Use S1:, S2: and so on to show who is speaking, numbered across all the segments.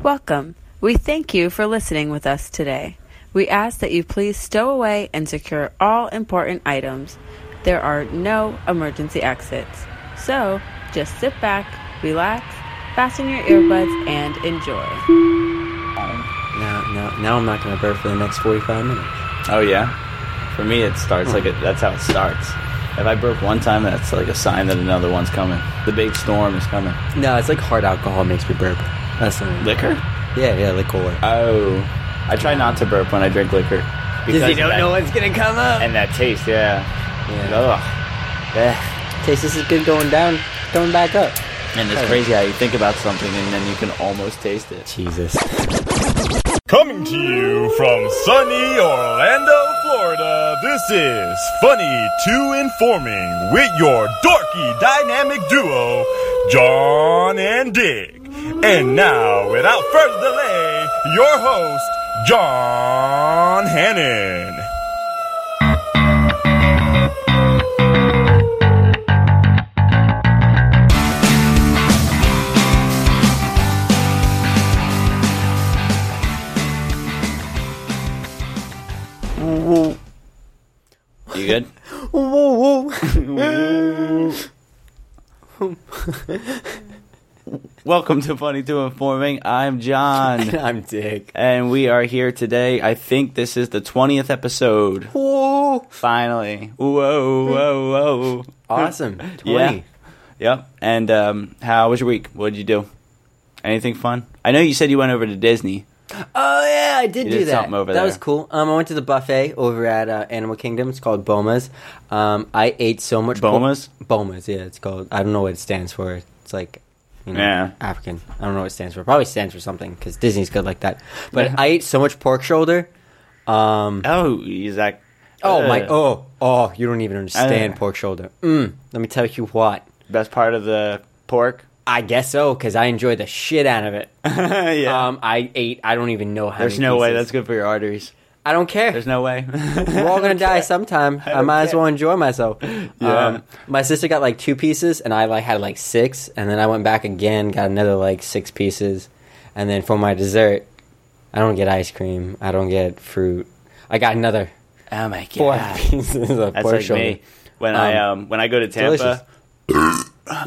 S1: Welcome. We thank you for listening with us today. We ask that you please stow away and secure all important items. There are no emergency exits. So just sit back, relax, fasten your earbuds, and enjoy.
S2: Now, now, now I'm not going to burp for the next 45 minutes.
S3: Oh yeah, for me it starts like it, that's how it starts. If I burp one time, that's like a sign that another one's coming. The big storm is coming.
S2: No, it's like hard alcohol makes me burp. That's the only-
S3: Liquor?
S2: Yeah, yeah, liquor.
S3: Oh, I try not to burp when I drink liquor
S2: Because you
S3: of
S2: don't
S3: that-
S2: know what's going to come up.
S3: and that taste. Yeah. Ugh.
S2: Ugh. Tastes this is good going down, going back up.
S3: And it's crazy how you think about something and then you can almost taste it.
S2: Jesus.
S4: Coming to you from sunny Orlando, Florida, this is Funny to Informing with your dorky dynamic duo, John and Dick. And now, without further delay, your host, John Hannon.
S3: You good?
S2: Whoa, whoa.
S3: Welcome to Funny to Informing. I'm John,
S2: I'm Dick.
S3: and we are here today. I think this is the twentieth episode.
S2: Whoa.
S3: Finally. Whoa, whoa, whoa.
S2: Awesome. 20.
S3: Yep. And um, how was your week? What did you do? Anything fun? I know you said you went over to Disney.
S2: Oh yeah, I did
S3: You
S2: do
S3: did
S2: that.
S3: something over
S2: that was
S3: there.
S2: cool. Um, I went to the buffet over at uh, Animal Kingdom. It's called Boma's. Um, I ate so much
S3: Boma's?
S2: Boma's, yeah, it's called. I don't know what it stands for. It's like, you know,
S3: Yeah.
S2: African. I don't know what it stands for. Probably stands for something because Disney's good like that. But I ate so much pork shoulder. Um,
S3: Oh, Zach.
S2: oh my,
S3: Ugh.
S2: oh, oh, you don't even understand
S3: Uh.
S2: pork shoulder. Mm, let me tell you what.
S3: Best part of the pork.
S2: I guess so because I enjoyed the shit out of it.
S3: yeah.
S2: Um, I ate. I don't even know how.
S3: There's
S2: many
S3: no way
S2: pieces.
S3: that's good for your arteries.
S2: I don't care.
S3: There's no way.
S2: We're all gonna die sometime. I,
S3: don't
S2: might as
S3: care.
S2: well enjoy myself.
S3: Yeah.
S2: Um, my sister got like two pieces, and I like had like six, and then I went back again, got another like six pieces, and then for my dessert, I don't get ice cream, I don't get fruit. I got another
S3: oh my god.
S2: four pieces of
S3: That's
S2: pork
S3: like
S2: shoulder.
S3: me. When I
S2: Um,
S3: um when I go to Tampa,
S2: delicious.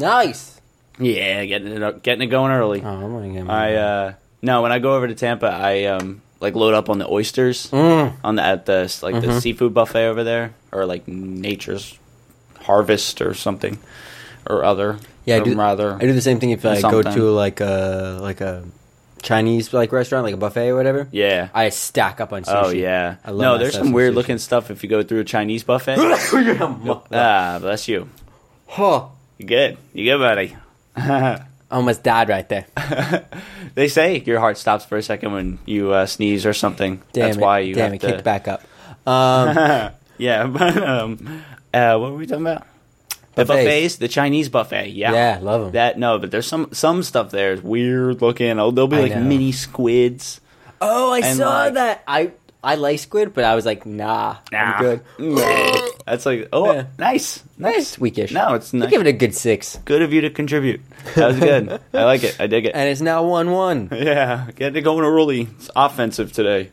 S2: Nice.
S3: yeah, getting it up, getting it going early.
S2: Oh, I'm gonna get
S3: I uh no, when I go over to Tampa, I um like load up on the oysters
S2: Mm.
S3: on the at the like
S2: Mm-hmm.
S3: the seafood buffet over there or like Nature's Harvest or something or other.
S2: yeah, I
S3: or
S2: do,
S3: rather.
S2: I do the same thing if I go
S3: something.
S2: to like a like a Chinese like restaurant, like a buffet or whatever.
S3: Yeah.
S2: I stack up on sushi.
S3: oh yeah.
S2: I love
S3: no,
S2: myself
S3: there's some
S2: sushi.
S3: weird looking stuff if you go through a Chinese buffet. ah, bless you.
S2: Huh.
S3: You good? You good, buddy?
S2: Almost died right there.
S3: They say your heart stops for a second when you uh, sneeze or something.
S2: Damn
S3: That's
S2: it.
S3: why you
S2: damn
S3: have
S2: it kicked
S3: to-
S2: back up. Um,
S3: Yeah, but um, uh, what were we talking about? The
S2: Buffets.
S3: buffets, the Chinese buffet. Yeah,
S2: Yeah, love 'em.
S3: That no, but there's some some stuff there is weird looking. Oh, there'll be
S2: I
S3: like
S2: know.
S3: mini squids.
S2: oh, I
S3: And,
S2: saw
S3: like-
S2: that. I I like squid, but I was like, nah,
S3: Nah.
S2: I'm good.
S3: That's like oh,
S2: Yeah.
S3: nice, nice,
S2: Weakish.
S3: No, it's
S2: You
S3: not
S2: give it a good six,
S3: good of you to contribute. That was good. I like it. I dig it.
S2: and it's now one one.
S3: yeah, get it going early. It's offensive today.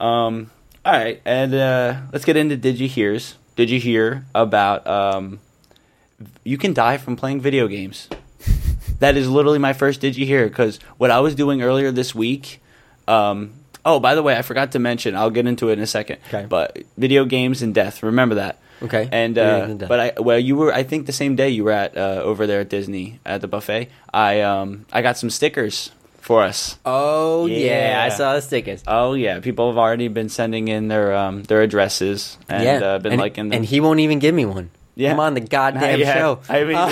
S3: Um, all right, and uh, let's get into did you hears? Did you hear about um, you can die from playing video games? that is literally my first did you hear because what I was doing earlier this week. Um, oh, by the way, I forgot to mention. I'll get into it in a second.
S2: Okay.
S3: But video games and death. Remember that.
S2: Okay.
S3: And
S2: Video
S3: uh,
S2: games and death.
S3: but I well you were I think the same day you were at uh, over there at Disney at the buffet. I um I got some stickers for us.
S2: Oh yeah.
S3: Yeah.
S2: I saw the stickers.
S3: Oh yeah, people have already been sending in their um their addresses and
S2: yeah,
S3: uh, been
S2: and,
S3: liking them.
S2: and he won't even give me one.
S3: Yeah.
S2: I'm on the goddamn
S3: Yeah,
S2: show. Uh,
S3: I haven't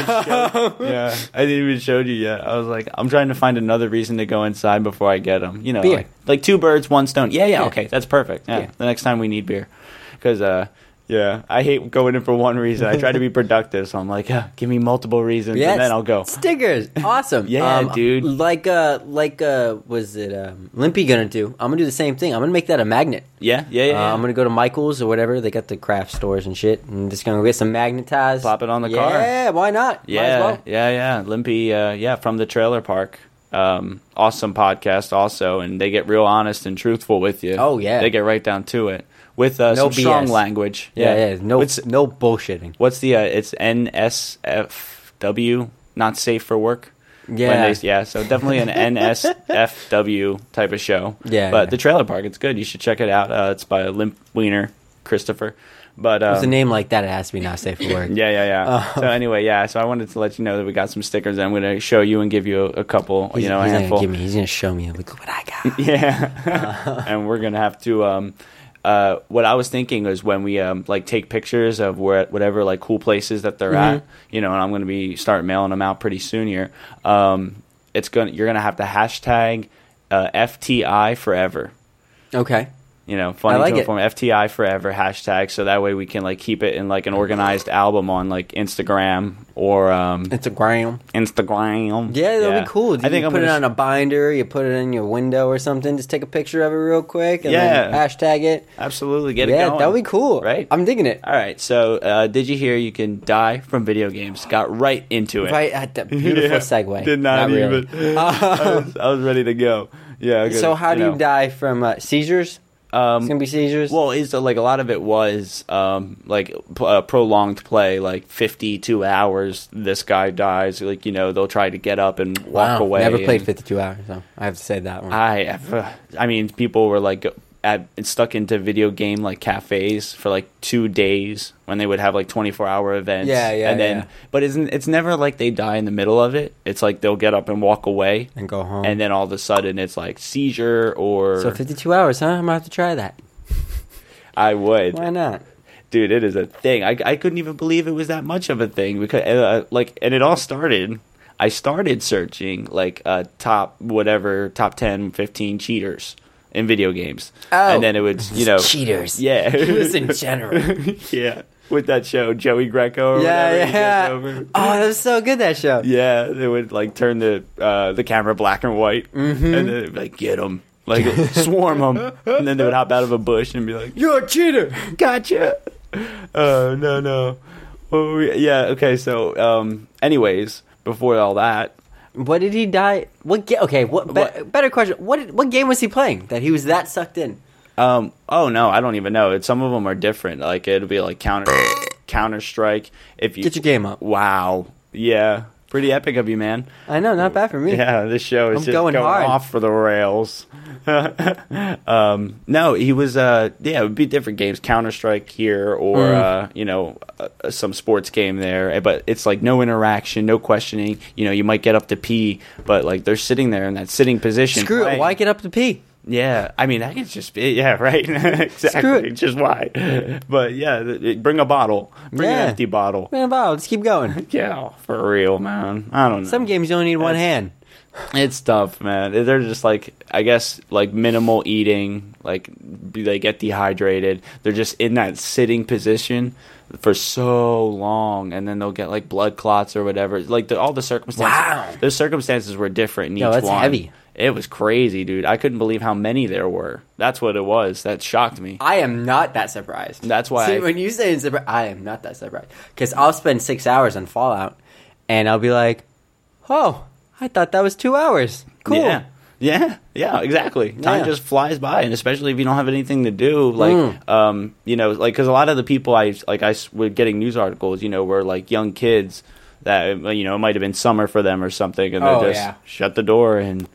S3: even showed, yeah, I didn't even showed you yet. I was like, I'm trying to find another reason to go inside before I get them. You know,
S2: Beer.
S3: like, like two birds, one stone. Yeah, yeah,
S2: Yeah.
S3: okay, that's perfect. Yeah,
S2: Yeah.
S3: the next time we need beer, because uh, Yeah, I hate going in for one reason. I try to be productive, so I'm like, "Yeah, give me multiple reasons,
S2: Yeah,
S3: and then I'll go.
S2: Stickers, awesome.
S3: Yeah,
S2: Um,
S3: dude.
S2: Like, uh, like, uh, was it um, Limpy gonna do? I'm gonna do the same thing. I'm gonna make that a magnet.
S3: Yeah, yeah, yeah. yeah.
S2: Uh, I'm gonna go to Michaels or whatever. They got the craft stores and shit. I'm just gonna get some magnetized.
S3: Plop it on the
S2: yeah,
S3: car.
S2: Yeah, why not? Might
S3: yeah,
S2: as well.
S3: yeah, yeah. Limpy, uh, yeah, from the trailer park. Um, awesome podcast, also, and they get real honest and truthful with you.
S2: Oh, yeah.
S3: they get right down to it with uh,
S2: No
S3: some strong
S2: BS.
S3: language.
S2: Yeah, yeah. No,
S3: What's,
S2: no bullshitting.
S3: what's the? Uh, it's NSFW, not safe for work.
S2: Yeah.
S3: When they- yeah. So definitely an NSFW type of show.
S2: Yeah,
S3: but
S2: yeah.
S3: the trailer park, it's good. You should check it out. Uh, it's by Limp Wiener Christopher. But um,
S2: It's a name like that. It has to be not safe for work.
S3: yeah, yeah, yeah.
S2: Uh,
S3: so anyway, yeah. So I wanted to let you know that we got some stickers. I'm going to show you and give you a, a couple.
S2: He's-
S3: you know, a
S2: he's not
S3: handful.
S2: gonna give me. He's gonna show me. Look what I got.
S3: Yeah. and we're gonna have to. Um, uh, what I was thinking was when we um, like take pictures of where whatever like cool places that they're at,
S2: Mm-hmm.
S3: you know, and I'm gonna be start mailing them out pretty soon here. Um, it's gonna you're gonna have to hashtag uh, FTI forever.
S2: Okay.
S3: You know, funny
S2: I like
S3: to
S2: it.
S3: inform FTI forever hashtag. So that way we can like keep it in like an organized album on like Instagram or um,
S2: It's a gram.
S3: Instagram.
S2: Yeah, that'll be cool.
S3: I think
S2: you
S3: I'm
S2: put it
S3: gonna
S2: on a binder. You put it in your window or something. Just take a picture of it real quick and then
S3: Yeah.
S2: hashtag it.
S3: absolutely get it
S2: yeah,
S3: going.
S2: that would be cool.
S3: right?
S2: I'm digging it.
S3: All right, so uh, did you hear you can die from video games? Got right into it.
S2: Right at that beautiful
S3: Yeah,
S2: segue.
S3: Did not,
S2: really. Uh,
S3: even. I, was, I was ready to go. Yeah. okay,
S2: So how do you
S3: know. Um,
S2: die from uh, seizures? it's gonna be seizures.
S3: Well, is uh, like a lot of it was um, like p- uh, prolonged play, like fifty-two hours. This guy dies. Like you know, they'll try to get up and walk
S2: wow,
S3: away.
S2: Never played
S3: and-
S2: 52 hours, so I have to say that one.
S3: I, uh, I mean, people were like at, stuck into video game like cafes for like two days when they would have like twenty four hour events.
S2: Yeah, yeah,
S3: And then,
S2: yeah.
S3: but isn't it's never like they die in the middle of it. It's like they'll get up and walk away,
S2: and go home.
S3: and then all of a sudden it's like seizure or
S2: so 52 hours, huh? I'm gonna have to try that.
S3: I would.
S2: Why not?
S3: dude it is a thing I, I couldn't even believe it was that much of a thing because uh, like and it all started i started searching like uh top whatever top 10 15 cheaters in video games
S2: Oh.
S3: and then it would you know
S2: Cheaters.
S3: yeah
S2: It was in general.
S3: yeah with that show joey greco or whatever, he
S2: yeah,
S3: gets
S2: yeah.
S3: over.
S2: Oh, that was so good that show.
S3: yeah they would like turn the uh the camera black and white
S2: Mm-hmm.
S3: and then they'd be like get them like swarm them and then they would hop out of a bush and be like
S2: You're a cheater.
S3: gotcha. Oh no no. Oh yeah. Okay. So um. Anyways, before all that,
S2: What did he die? What? Ga- okay. What, be-
S3: What?
S2: Better question. What? Did, what game was he playing that he was that sucked in?
S3: um. Oh no, I don't even know. It, some of them are different. Like it'll be like counter Counter Strike. If you
S2: Get your game up.
S3: Wow. Yeah. Pretty epic of you, man.
S2: I know, not bad for me.
S3: Yeah, this show is
S2: I'm
S3: just going,
S2: going hard.
S3: off for the rails. um, no, he was. Uh, yeah, it would be different games, Counter Strike here, or
S2: Mm.
S3: uh, you know, uh, some sports game there. eh, But it's like no interaction, no questioning. You know, you might get up to pee, but like they're sitting there in that sitting position.
S2: Screw it.
S3: playing.
S2: Why get up to pee?
S3: Yeah, I mean that could just be yeah, right. exactly.
S2: Screw it.
S3: Just why? But yeah, th- th- bring a bottle. Bring
S2: Yeah.
S3: an empty bottle.
S2: Man, wow. Let's keep going.
S3: Yeah, for real, man. I don't know.
S2: Some games you only need one
S3: That's-
S2: hand.
S3: It's tough, man. They're just like I guess like minimal eating, like they get dehydrated. They're just in that sitting position for so long, and then they'll get like blood clots or whatever. Like the, all the circumstances,
S2: Wow.
S3: the circumstances were different in
S2: Yo,
S3: each
S2: that's
S3: one.
S2: heavy.
S3: It was crazy, dude. I couldn't believe how many there were. That's what it was. That shocked me.
S2: I am not that surprised.
S3: That's why
S2: See,
S3: I-
S2: when you say it's surpri- I am not that surprised because I'll spend six hours on Fallout, and I'll be like, "Oh, I thought that was two hours. Cool."
S3: Yeah. Yeah, yeah, exactly. Time
S2: Yeah.
S3: just flies by, and especially if you don't have anything to do, like,
S2: Mm.
S3: um, you know, like because a lot of the people I like, I s- were getting news articles, you know, were like young kids that uh, you know it might have been summer for them or something, and they
S2: Oh,
S3: just
S2: yeah.
S3: shut the door and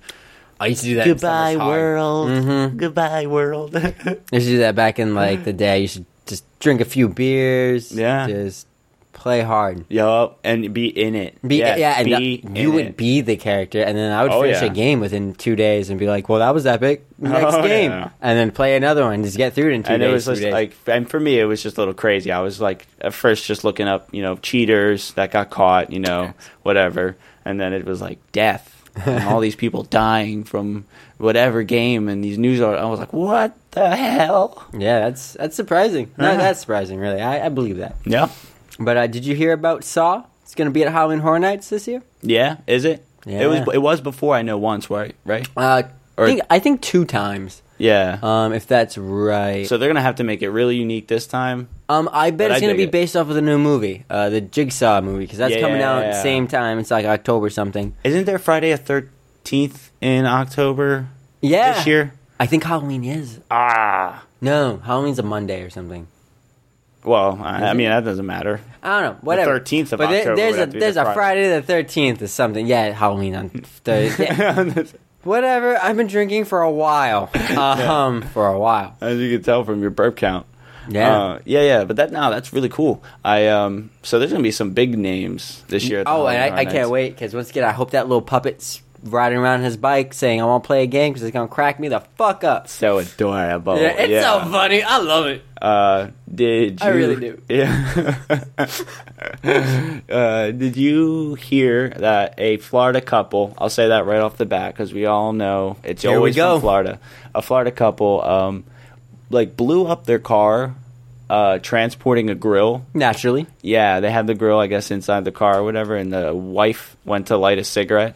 S2: I used to do that. in
S3: goodbye
S2: summer's hard.
S3: world, goodbye world.
S2: Mm-hmm. I used to do that back in like the day. You should just drink a few beers.
S3: Yeah.
S2: Just play hard.
S3: yup, and be in it.
S2: Be,
S3: Yes,
S2: yeah, and
S3: be
S2: that-
S3: in
S2: you would
S3: it.
S2: be the character, and then I would
S3: Oh,
S2: finish
S3: yeah.
S2: a game within two days and be like, "Well, that was epic." Next
S3: Oh,
S2: game,
S3: yeah.
S2: and then play another one. Just get through it in two
S3: and
S2: days.
S3: it was
S2: three
S3: just
S2: days.
S3: like and for me it was just a little crazy i was like at first just looking up you know cheaters that got caught you know whatever and then it was like death and all these people dying from whatever game and these news articles. I was like, what the hell?
S2: Yeah, that's that's surprising. No,
S3: Yeah.
S2: that's surprising, really. I, I believe that.
S3: Yeah.
S2: But uh, did you hear about Saw? It's going to be at Halloween Horror Nights this year.
S3: Yeah, is it?
S2: Yeah.
S3: It was it was before I know once, right? Right?
S2: Uh,
S3: Or-
S2: I, think, I think two times,
S3: Yeah.
S2: um, if that's right.
S3: so they're going to have to make it really unique this time.
S2: um, I bet
S3: but I
S2: it's going to be
S3: dig it.
S2: based off of the new movie, uh, the Jigsaw movie, because that's
S3: Yeah,
S2: coming
S3: yeah,
S2: out
S3: yeah.
S2: same time. It's like October something.
S3: Isn't there Friday a 13th in October
S2: Yeah.
S3: this year?
S2: I think Halloween is.
S3: Ah.
S2: No, Halloween's a Monday or something.
S3: Well, I, I mean, that doesn't matter.
S2: I don't know. Whatever.
S3: 13th of
S2: but there-
S3: October
S2: there's
S3: would
S2: a
S3: have to be the
S2: there's a
S3: Friday.
S2: Friday the thirteenth or something. Yeah, Halloween on Thursday.
S3: As
S2: Whatever. I've been drinking for a while. Um, for a while.
S3: you can tell from your burp count.
S2: Yeah.
S3: Uh, yeah, yeah, but that no, that's really cool. I um, so there's gonna be some big names this year. At the
S2: oh, and
S3: Halloween
S2: I, I
S3: Horror
S2: can't
S3: Nights.
S2: wait because once again, I hope that little puppet's riding around his bike saying, "I want to play a game because it's gonna crack me the fuck up."
S3: So adorable.
S2: Yeah, it's
S3: yeah.
S2: so funny. I love it.
S3: Uh, did you,
S2: I really do.
S3: Yeah. uh, did you hear that a Florida couple? I'll say that right off the bat because we all know it's
S2: Here we
S3: always
S2: go.
S3: from Florida. A Florida couple, um, like blew up their car, uh, transporting a grill.
S2: Naturally,
S3: Yeah, they had the grill, I guess, inside the car or whatever, and the wife went to light a cigarette.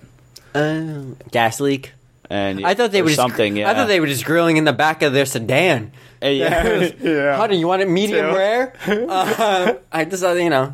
S2: um, gas leak.
S3: And
S2: I thought they
S3: or
S2: were just,
S3: something. Yeah,
S2: I thought they were just grilling in the back of their sedan.
S3: Uh, yeah.
S2: yeah. Honey, you want it medium
S3: Tail-
S2: rare? Uh, I just thought, you know.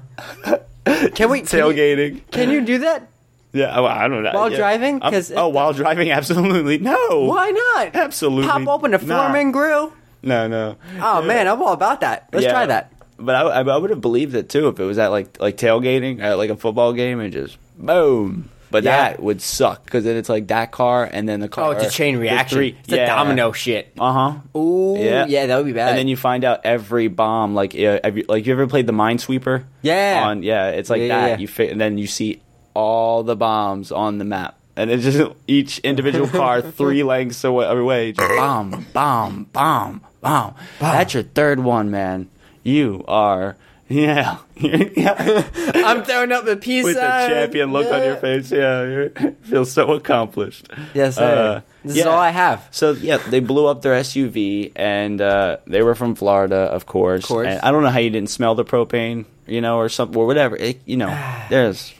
S2: Can we can you-
S3: tailgating.
S2: Can you do that?
S3: Yeah, well, I don't know.
S2: While
S3: Yeah.
S2: driving?
S3: I'm-
S2: 'Cause-
S3: oh, while driving, absolutely no.
S2: Why not?
S3: Absolutely
S2: Pop open a
S3: not.
S2: Foreman grill.
S3: No, no.
S2: Oh man, I'm all about that. Let's
S3: Yeah.
S2: try that.
S3: But I, I would have believed it too if it was at like like tailgating at like a football game and just boom. But
S2: Yeah.
S3: that would suck because then it's like that car and then the car.
S2: Oh, it's a chain reaction. It's a domino shit.
S3: Uh huh.
S2: Ooh,
S3: Yeah.
S2: yeah. that would be bad.
S3: And then you find out every bomb, like uh, have you, like you ever played the Minesweeper?
S2: Yeah.
S3: On yeah, it's like
S2: Yeah, yeah,
S3: that.
S2: yeah.
S3: You fit, and then you see all the bombs on the map, and it's just each individual car three lengths away. away just bomb, bomb, bomb, bomb. That's your third one, man. You are. Yeah, yeah.
S2: I'm throwing up the peace
S3: with the
S2: sign.
S3: champion look on your
S2: Yeah.
S3: face, yeah, you feel so accomplished.
S2: Yes, sir.
S3: Uh,
S2: this is
S3: yeah.
S2: all I have.
S3: So yeah, they blew up their SUV, and uh, they were from Florida, of course. Of
S2: course.
S3: And I don't know how you didn't smell the propane, you know, or something, or whatever. It, you know, there's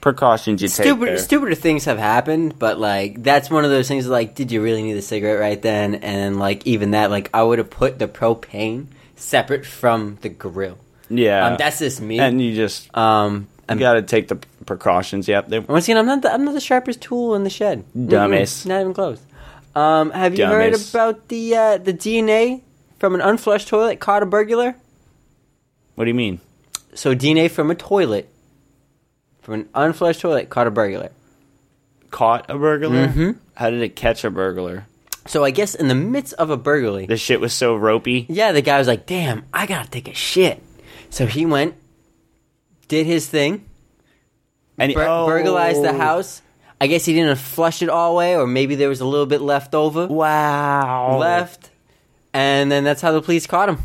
S3: precautions you take.
S2: Stupid,
S3: there.
S2: stupider things have happened, but like that's one of those things. Like, did you really need a cigarette right then? And like even that, like I would have put the propane separate from the grill.
S3: Yeah,
S2: Um, that's just me.
S3: and you just
S2: um,
S3: you
S2: I'm,
S3: got to take the precautions. Yep, they,
S2: once again, I'm not the, I'm not the sharpest tool in the shed.
S3: Dumbass.
S2: Mm-mm, Not even close. Um, have you
S3: Dumbass.
S2: heard about the uh, the DNA from an unflushed toilet caught a burglar?
S3: what do you mean?
S2: So DNA from a toilet, from an unflushed toilet, caught a burglar.
S3: Caught a burglar?
S2: Mm-hmm.
S3: How did it catch a burglar?
S2: So I guess in the midst of a burglary,
S3: This shit was so ropey.
S2: yeah, the guy was like, "Damn, I gotta take a shit." So he went, did his thing,
S3: And
S2: bur-
S3: oh.
S2: burglarized the house. I guess he didn't flush it all away, or maybe there was a little bit left over,
S3: Wow.
S2: left, and then that's how the police caught him.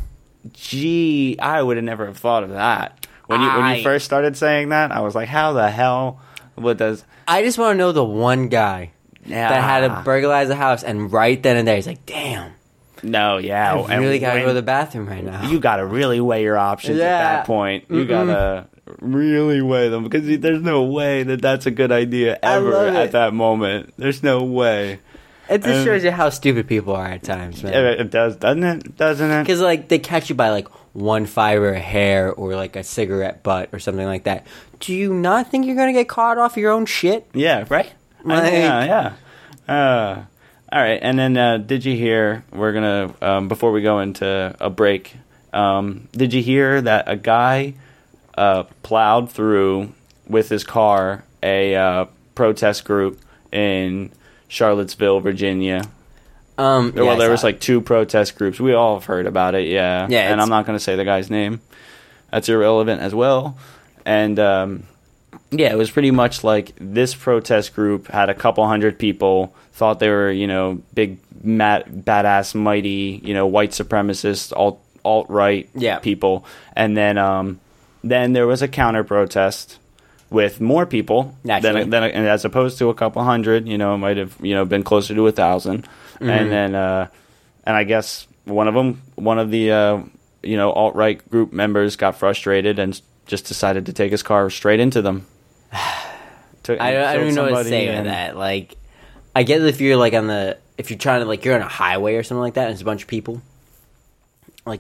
S3: Gee, I would have never have thought of that. When you when you
S2: I-
S3: first started saying that, I was like, how the hell would does
S2: I just want to know the one guy
S3: yeah.
S2: that had to burglarize the house, and right then and there, he's like, "Damn,
S3: No, yeah.
S2: I
S3: and
S2: really gotta
S3: when-
S2: go to the bathroom right now."
S3: You gotta really weigh your options at
S2: Yeah.
S3: that point. You gotta really weigh them because you- there's no way that that's a good idea
S2: I
S3: ever
S2: love
S3: at
S2: it.
S3: that moment. There's no way.
S2: It just
S3: Um,
S2: shows you how stupid people are at times, man.
S3: It, it does, doesn't it? Doesn't it?
S2: Because like they catch you by like one fiber of hair or like a cigarette butt or something like that. Do you not think you're gonna get caught off your own shit?
S3: Yeah, right? I-
S2: Like-
S3: yeah, yeah. Uh, all right, and then uh, did you hear? We're gonna um, before we go into a break. Um, did you hear that a guy uh, plowed through with his car a uh, protest group in Charlottesville, Virginia?
S2: Um, yeah,
S3: well,
S2: I
S3: there
S2: saw
S3: was
S2: it.
S3: like two protest groups. We all have heard about it, yeah.
S2: Yeah,
S3: and
S2: it's-
S3: I'm not going to say the guy's name. That's irrelevant as well. And um, yeah, it was pretty much like this protest group had a couple hundred people thought they were, you know, big, mat, badass, mighty, you know, white supremacists, alt alt right
S2: Yeah.
S3: people. And then um, then there was a counter protest with more people
S2: Naturally.
S3: than, than and as opposed to a couple hundred. You know, it might have you know been closer to a 1000
S2: Mm-hmm.
S3: and then uh, and I guess one of them, one of the uh, you know alt right group members got frustrated and just decided to take his car straight into them. Took-
S2: I don't, I
S3: killed
S2: don't even know what to
S3: somebody
S2: say with
S3: and-
S2: that. Like, I guess if you're like on the if you're trying to like you're on a highway or something like that, and it's a bunch of people. Like,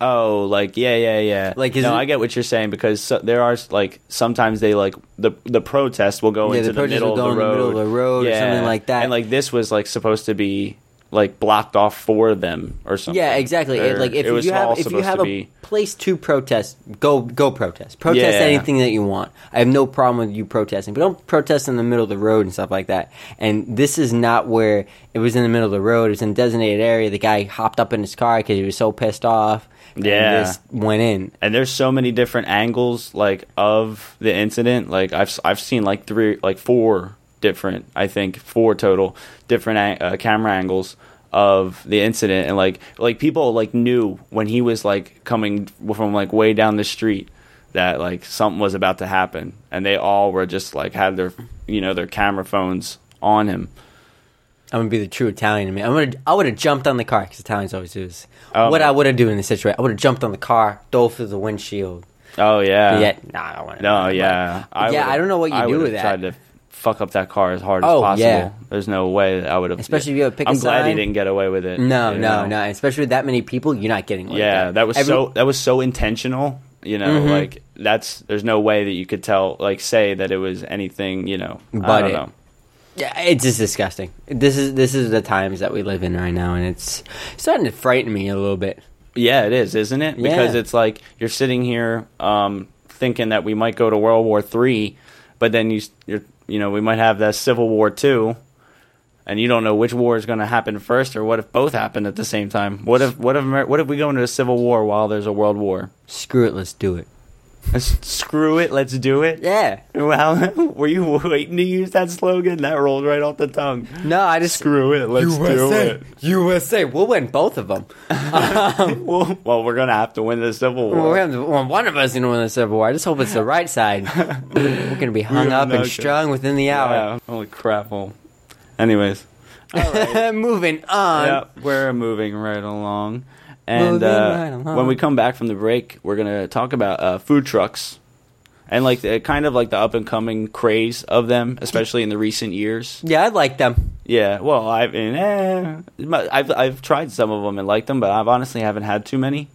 S3: Oh, like yeah, yeah, yeah.
S2: Like, is
S3: no,
S2: it-
S3: I get what you're saying because so, there are like sometimes they like the the protest will go
S2: Yeah,
S3: into
S2: the
S3: the,
S2: protest
S3: middle
S2: will
S3: of
S2: go in
S3: the
S2: the
S3: road,
S2: middle of the road or
S3: Yeah.
S2: something like that.
S3: And like this was like supposed to be like blocked off for them or something.
S2: yeah, exactly. It,
S3: Or
S2: like if
S3: it was
S2: you
S3: all
S2: have if you
S3: supposed
S2: have
S3: to
S2: a
S3: be.
S2: place to protest, go go protest. Protest
S3: Yeah.
S2: anything that you want. I have no problem with you protesting, but don't protest in the middle of the road and stuff like that. And this is not where it was in the middle of the road. It was in a designated area. The guy hopped up in his car because he was so pissed off. and
S3: Yeah.
S2: just went in.
S3: and there's so many different angles like of the incident like i've s- i've seen like three like four different i think four total different ang- uh, camera angles of the incident and like like people like knew when he was like coming from like way down the street that like something was about to happen and they all were just like had their you know their camera phones on him
S2: I'm gonna be the true Italian in me. I'm gonna. I would have jumped on the car because Italians always do this.
S3: Oh.
S2: what I would have do in this situation, I would have jumped on the car, dove through the windshield.
S3: oh yeah
S2: Yet, nah, I don't want
S3: no yeah
S2: yeah,
S3: would've-
S2: I don't know what you
S3: I
S2: do
S3: would've
S2: with that.
S3: tried to fuck up that car as hard as
S2: Oh,
S3: possible
S2: yeah.
S3: there's no way that i would have
S2: Especially if you have a pick a
S3: i'm glad he
S2: sign.
S3: didn't get away with it
S2: No,
S3: you
S2: no,
S3: know?
S2: no. Especially with that many people, you're not getting. Like
S3: yeah that was
S2: Every- Mm-hmm.
S3: so that was so intentional you know like that's there's no way that you could tell like say that it was anything you know i
S2: But
S3: don't
S2: it-
S3: know
S2: Yeah, it's just disgusting. This is this is the times that we live in right now, and it's starting to frighten me a little bit.
S3: Yeah, it is, isn't it? Because
S2: Yeah.
S3: it's like you're sitting here um, thinking that we might go to World War Three, but then you s- you're you know we might have that Civil War too, and you don't know which war is going to happen first, or what if both happen at the same time? What if what if Amer- what if we go into a Civil War while there's a World War?
S2: Screw it, let's do it.
S3: S- Screw it, let's do it.
S2: Yeah.
S3: Well, were you waiting to use that slogan? That rolled right off the tongue.
S2: No, I just
S3: Screw it, let's do
S2: USA,
S3: it.
S2: USA. We'll win both of them.
S3: Well, well, we're gonna have to win the Civil War.
S2: Well, we have to- well, one of us gonna win the Civil War. I just hope it's the right side. We're gonna be hung
S3: We're
S2: up
S3: not
S2: and
S3: good.
S2: strung within the hour.
S3: Yeah. Holy crap! Well, anyways,
S2: Moving on.
S3: yeah, we're moving right along, and
S2: Moving
S3: uh,
S2: right along.
S3: when we come back from the break, we're gonna talk about uh, food trucks and like the kind of like the up and coming craze of them, especially in the recent years.
S2: Yeah, I like them.
S3: Yeah. Well, I've been, eh, but I've I've tried some of them and liked them, but I've honestly haven't had too many.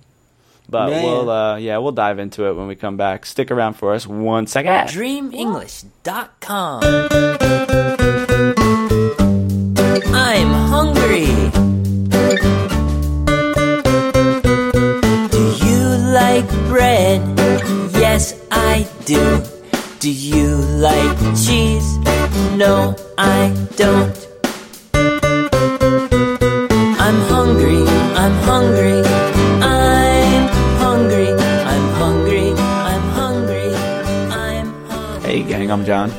S3: But
S2: Man.
S3: we'll uh, yeah we'll dive into it when we come back. Stick around for us one second.
S5: DreamEnglish.com. I'm hungry. Do you like bread? Yes, I do. Do you like cheese? No, I don't. I'm hungry, I'm hungry, I'm hungry, I'm hungry, I'm hungry, I'm hungry.
S3: Hey gang, I'm John.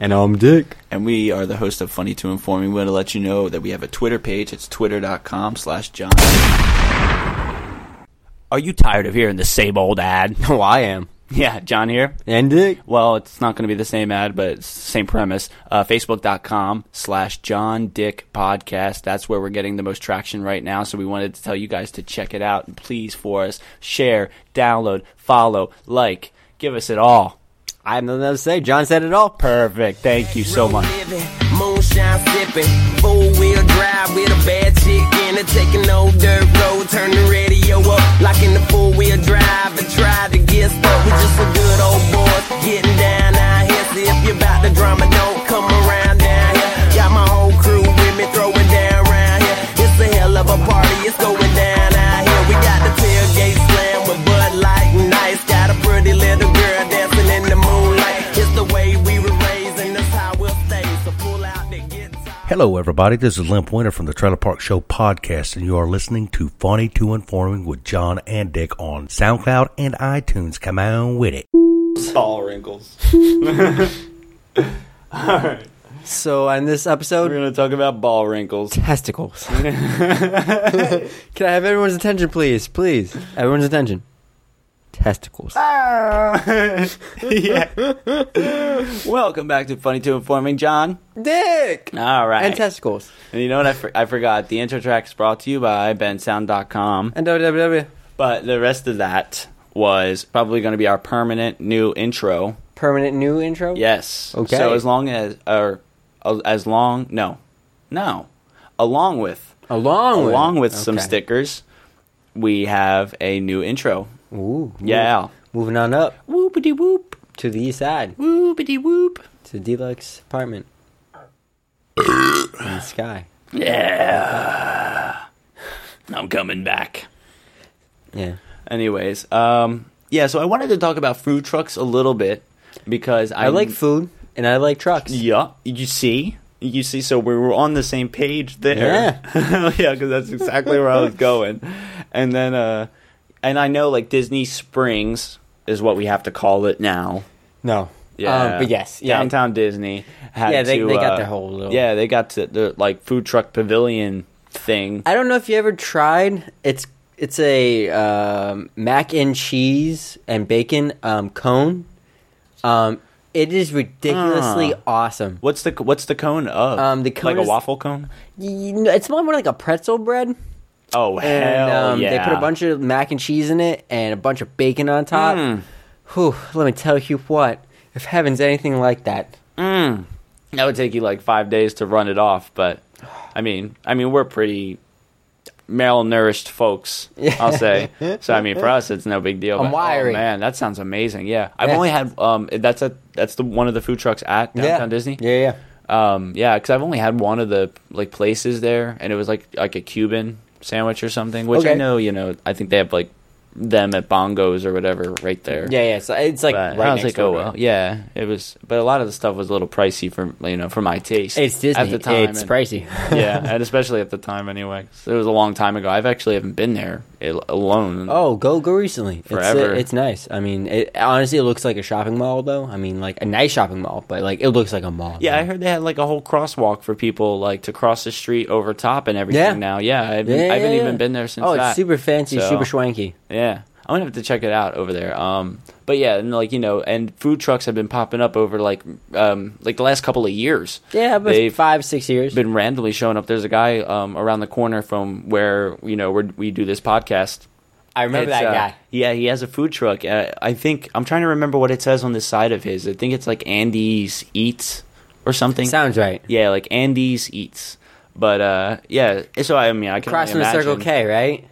S2: And I'm Dick.
S3: and we are the host of Funny to Informing. We want to let you know that we have a Twitter page. It's twitter.com slash John. Are you tired of hearing the same old ad?
S2: Oh, I am.
S3: yeah, John here.
S2: And Dick.
S3: Well, it's not going to be the same ad, but it's the same premise. Uh, Facebook.com slash John Dick Podcast. That's where we're getting the most traction right now. So we wanted to tell you guys to check it out. And please, for us, share, download, follow, like, give us it all.
S2: I have nothing else to say. John said it all.
S3: Perfect. Thank you so much.
S6: Living, moonshine sipping, four wheel drive with a bad chick in it. Taking old dirt road, turn the radio up, locking the four wheel drive and try to get stuck. We just some good old boys getting down out here. See if you're about the drama, don't come around down here. Got my whole crew with me, throwing down round here. It's a hell of a party, it's going down out here. We got the tailgate slam with Bud Light and Ice. Got a pretty little girl dancing in the moonlight. It's the way we were raised, and that's how we'll stay. So pull out the guitar.
S7: Hello, everybody. This is Limp Winter from the Trailer Park Show podcast, and you are listening to Funny to Informing with John and Dick on SoundCloud and iTunes. Come on with it.
S3: Ball wrinkles.
S2: So on this
S3: We're
S2: episode,
S3: going to talk about ball wrinkles.
S2: testicles. Can I have everyone's attention, please? Please, everyone's attention. testicles.
S3: Ah. yeah. Welcome back to Funny to Informing, John.
S2: Dick
S3: All right.
S2: and testicles
S3: And you know what? I, for- I forgot. The intro track is brought to you by bensound.com.
S2: and www
S3: But the rest of that was probably going to be our permanent new intro.
S2: permanent new intro.
S3: Yes.
S2: Okay.
S3: So as long as, or uh, as long, no, no, along with,
S2: along with,
S3: along with some
S2: Okay.
S3: stickers, we have a new intro.
S2: Ooh,
S3: Yeah.
S2: Moving on up
S3: Whoopity whoop,
S2: to the east side
S3: whoopity whoop.
S2: to deluxe apartment. in the sky.
S3: I'm coming back.
S2: Yeah.
S3: Anyways, um, yeah. So I wanted to talk about food trucks a little bit because I,
S2: I like food and I like trucks.
S3: Yeah, you see, you see. So we were on the same page there. Yeah, because that's exactly where I was going. And then, uh, and I know like Disney Springs is what we have to call it now.
S2: No.
S3: Yeah,
S2: Um, but yes. Yeah.
S3: Downtown Disney. Had
S2: Yeah, they-
S3: to,
S2: they got
S3: uh,
S2: their whole little-
S3: Yeah, they got to the like food truck pavilion thing.
S2: I don't know if you ever tried. It's it's a um, mac and cheese and bacon um, cone. Um, it is ridiculously
S3: Ah.
S2: awesome.
S3: What's the what's the cone of?
S2: Um, the cone
S3: like
S2: is-
S3: a waffle cone.
S2: You know, it's more more like a pretzel bread,
S3: Oh
S2: and
S3: hell
S2: um,
S3: yeah!
S2: they put a bunch of mac and cheese in it and a bunch of bacon on top.
S3: Hmm.
S2: Whew, let me tell you what. If heaven's anything like that,
S3: That would take you like five days to run it off, but I mean, I mean, we're pretty malnourished folks, I'll say. So I mean, for us, it's no big deal.
S2: I'm
S3: but, oh,
S2: wiry.
S3: man, that sounds amazing. Yeah, I've
S2: Yeah.
S3: only had um, that's a that's the one of the food trucks at downtown Disney.
S2: Yeah, yeah.
S3: Um, yeah, because I've only had one of the like places there, and it was like like a Cuban sandwich or something, which I
S2: Okay.
S3: know you know. I think they have like them at Bongos or whatever right there.
S2: Yeah, yeah. So it's like
S3: But
S2: right
S3: I was
S2: next
S3: like, oh
S2: door.
S3: well, yeah, it was. But a lot of the stuff was a little pricey for you know for my taste.
S2: It's Disney.
S3: at the time.
S2: it's
S3: and-
S2: pricey.
S3: yeah, and especially at the time anyway. 'cause it was a long time ago. I've actually haven't been there al- alone.
S2: Oh, go go recently.
S3: Forever.
S2: It's, it's nice. I mean, it, honestly, it looks like a shopping mall though. I mean, like a nice shopping mall, but like it looks like a mall.
S3: yeah, I
S2: man.
S3: heard they had like a whole crosswalk for people like to cross the street over top and everything.
S2: Yeah.
S3: Now, yeah, I've, I haven't even been there since.
S2: Oh,
S3: that.
S2: it's super fancy,
S3: So,
S2: super swanky.
S3: Yeah, I'm gonna have to check it out over there. Um, but yeah, and like you know, and food trucks have been popping up over like um like the last couple of years.
S2: Yeah, but
S3: They've-
S2: five six years.
S3: been randomly showing up. There's a guy um, around the corner from where you know where we do this podcast.
S2: I remember
S3: It's,
S2: that
S3: uh,
S2: guy.
S3: Yeah, he has a food truck. Uh, I think I'm trying to remember what it says on the side of his. I think it's like Andy's Eats or something.
S2: Sounds right.
S3: yeah, like Andy's Eats. But uh, yeah, so I mean, I can
S2: Across from
S3: only
S2: the Circle
S3: imagine-
S2: K, right?